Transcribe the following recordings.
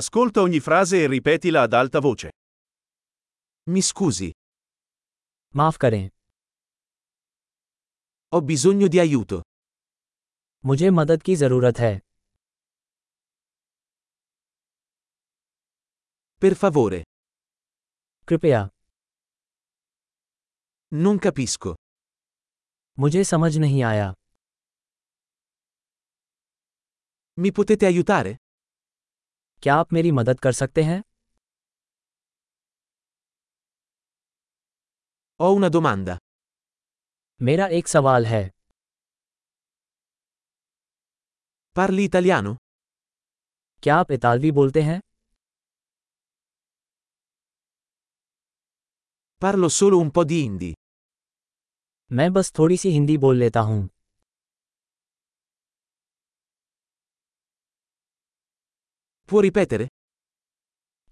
Ascolta ogni frase e ripetila ad alta voce. Mi scusi, माफ करें ho bisogno di aiuto. मुझे मदद की ज़रूरत है Per favore, कृपया non capisco. मुझे समझ नहीं आया Mi potete aiutare? क्या आप मेरी मदद कर सकते हैं Ho una domanda. मेरा एक सवाल है Parli italiano? क्या आप इतालवी बोलते हैं Parlo solo un po' di hindi. मैं बस थोड़ी सी हिंदी बोल लेता हूँ Può ripetere?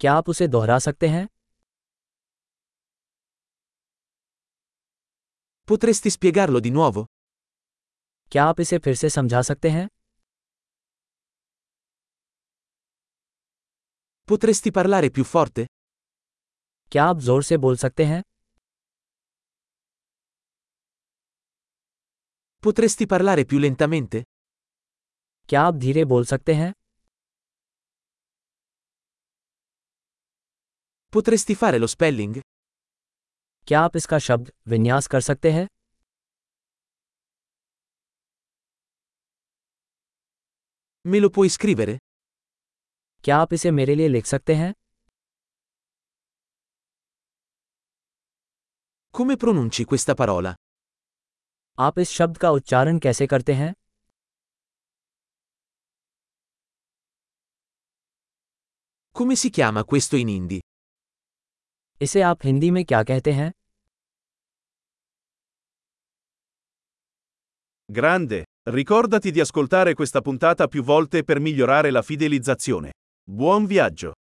क्या आप उसे दोहरा सकते हैं Potresti spiegarlo di nuovo? क्या आप इसे फिर से समझा सकते हैं Potresti parlare più forte? क्या आप ज़ोर से बोल सकते हैं Potresti parlare più lentamente? क्या आप धीरे बोल सकते हैं Potresti fare lo spelling? क्या आप इसका शब्द विन्यास कर सकते हैं Me lo puoi scrivere? क्या आप इसे मेरे लिए लिख सकते हैं Come pronunci questa parola? आप इस शब्द का उच्चारण कैसे करते हैं Come si chiama questo in hindi? इसे आप हिंदी में क्या कहते हैं Grande! Ricordati di ascoltare questa puntata più volte per migliorare la fidelizzazione. Buon viaggio!